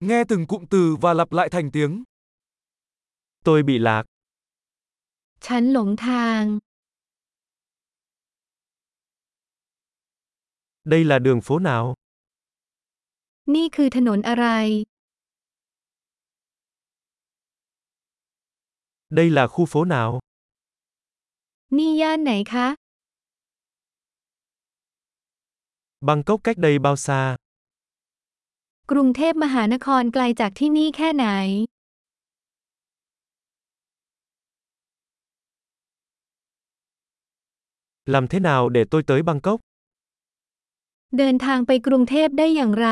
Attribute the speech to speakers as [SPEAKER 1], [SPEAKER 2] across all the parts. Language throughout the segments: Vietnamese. [SPEAKER 1] Nghe từng cụm từ và lặp lại thành tiếng.
[SPEAKER 2] Tôi bị lạc,
[SPEAKER 3] ฉันหลงทาง
[SPEAKER 2] đây là đường phố nào?
[SPEAKER 3] นี่คือถนนอะไร
[SPEAKER 2] Đây là khu phố nào?
[SPEAKER 3] นี่ย่านไหนคะ
[SPEAKER 2] Bangkok cách đây bao xa?
[SPEAKER 3] กรุงเทพมหานครไกลจากที่นี่แค่ไหน
[SPEAKER 2] Làm thế nào để tôi tới Bangkok?
[SPEAKER 3] เดินทางไปกรุงเทพได้อย่างไร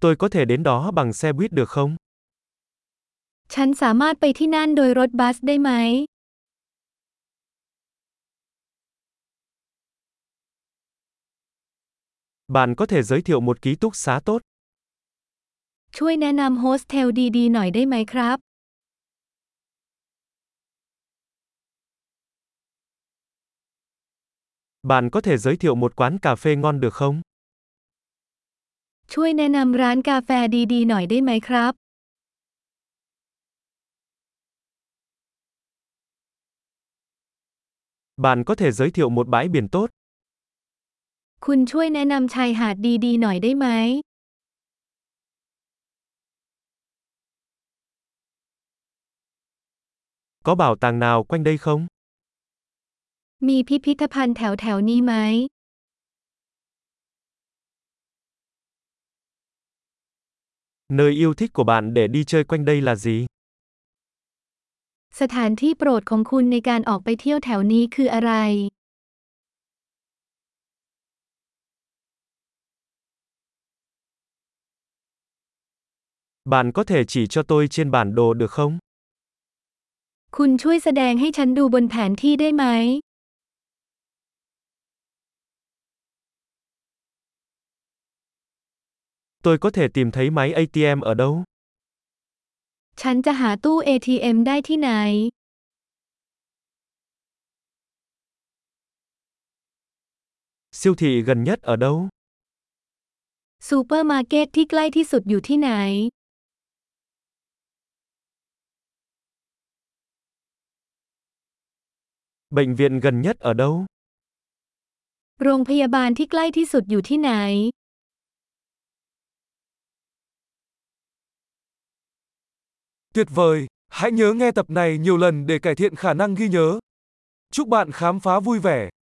[SPEAKER 2] Tôi có thể đến đó bằng xe buýt được không?
[SPEAKER 3] ฉันสามารถไปที่นั่นโดยรถบัสได้ไหม
[SPEAKER 2] Bạn có thể giới thiệu một ký túc xá tốt.
[SPEAKER 3] ช่วยแนะนำโฮสเทลดีๆ หน่อยได้ไหมครับ
[SPEAKER 2] Bạn có thể giới thiệu một quán cà phê ngon được không?
[SPEAKER 3] ช่วยแนะนำร้านกาแฟดีๆ หน่อยได้ไหมครับ
[SPEAKER 2] Bạn có thể giới thiệu một bãi biển tốt.
[SPEAKER 3] คุณช่วยแนะนำชายหาดดีๆ หน่อยได้ไหม
[SPEAKER 2] Có bảo tàng nào quanh đây không?
[SPEAKER 3] มีพิพิธภัณฑ์แถวแถวๆนี้ไหม
[SPEAKER 2] Nơi yêu thích của bạn để đi chơi quanh đây là gì?
[SPEAKER 3] สถานที่โปรดของคุณในการออกไปเที่ยวแถวนี้คืออะไร
[SPEAKER 2] Bạn có thể chỉ cho tôi trên bản đồ được không?
[SPEAKER 3] คุณช่วยแสดงให้ฉันดูบนแผนที่ได้ไหม
[SPEAKER 2] Tôi có thể tìm thấy máy ATM ở đâu?
[SPEAKER 3] ฉันจะหาตู้ ATM ได้ที่ไหน
[SPEAKER 2] Siêu thị gần nhất ở đâu?
[SPEAKER 3] ซูเปอร์มาร์เก็ตที่ใกล้ที่สุดอยู่ที่ไหน
[SPEAKER 2] Bệnh viện gần nhất ở đâu?
[SPEAKER 3] โรงพยาบาลที่ใกล้ที่สุดอยู่ที่ไหน
[SPEAKER 1] Tuyệt vời! Hãy nhớ nghe tập này nhiều lần để cải thiện khả năng ghi nhớ. Chúc bạn khám phá vui vẻ!